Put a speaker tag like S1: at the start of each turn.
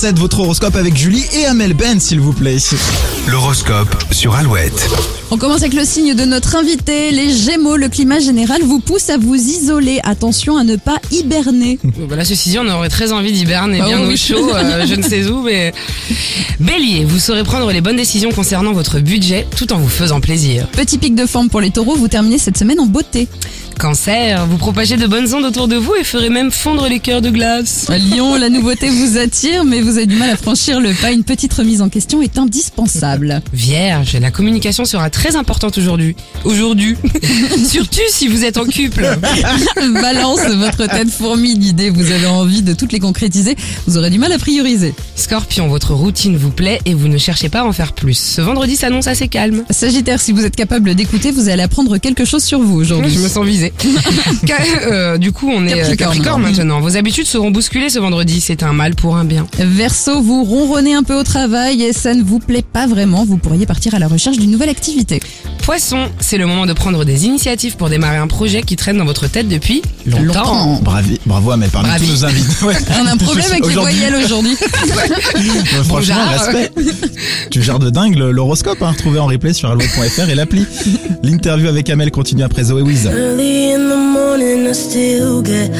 S1: 7, votre horoscope avec Julie et Amel Ben, s'il vous plaît.
S2: L'horoscope sur Alouette.
S3: On commence avec le signe de notre invité, les Gémeaux. Le climat général vous pousse à vous isoler. Attention à ne pas hiberner.
S4: Bon, bah là, ceci dit, on aurait très envie d'hiberner
S3: Ah
S4: bien
S3: oui.
S4: au chaud, euh, je ne sais où, mais... Bélier, vous saurez prendre les bonnes décisions concernant votre budget tout en vous faisant plaisir.
S3: Petit pic de forme pour les taureaux, vous terminez cette semaine en beauté.
S4: Cancer, vous propagez de bonnes ondes autour de vous et ferez même fondre les cœurs de glace.
S3: Lyon, la nouveauté vous attire, mais vous avez du mal à franchir le pas. Une petite remise en question est indispensable.
S4: Vierge, la communication sera très importante aujourd'hui. Aujourd'hui. Surtout si vous êtes en couple.
S3: Balance, votre tête fourmille d'idées, vous avez envie de toutes les concrétiser, vous aurez du mal à prioriser.
S4: Scorpion, votre routine vous plaît et vous ne cherchez pas à en faire plus. Ce vendredi s'annonce assez calme.
S3: Sagittaire, si vous êtes capable d'écouter, vous allez apprendre quelque chose sur vous
S4: Je me
S3: aujourd'hui.
S4: sens visée. Ca- euh, du coup, on est euh,
S3: Capricorne.
S4: Capricorne, maintenant. Vos habitudes seront bousculées ce vendredi. C'est un mal pour un bien.
S3: Verseau, vous ronronnez un peu au travail et ça ne vous plaît pas vraiment, vous pourriez partir à la recherche d'une nouvelle activité.
S4: Poisson, c'est le moment de prendre des initiatives pour démarrer un projet qui traîne dans votre tête depuis longtemps.
S3: Longtemps.
S1: Bravi- bravo Amel, parmi
S4: Bravi.
S1: tous nos invités. Ouais.
S3: On a un problème avec les
S1: Aujourd'hui,
S3: voyelles aujourd'hui.
S1: euh, Franchement,
S4: Bonjour.
S1: respect. Tu gères de dingue le- l'horoscope, hein, retrouvé en replay sur alouette.fr et l'appli. L'interview avec Amel continue après Zoé Wiz.
S5: Early in the morning, I still get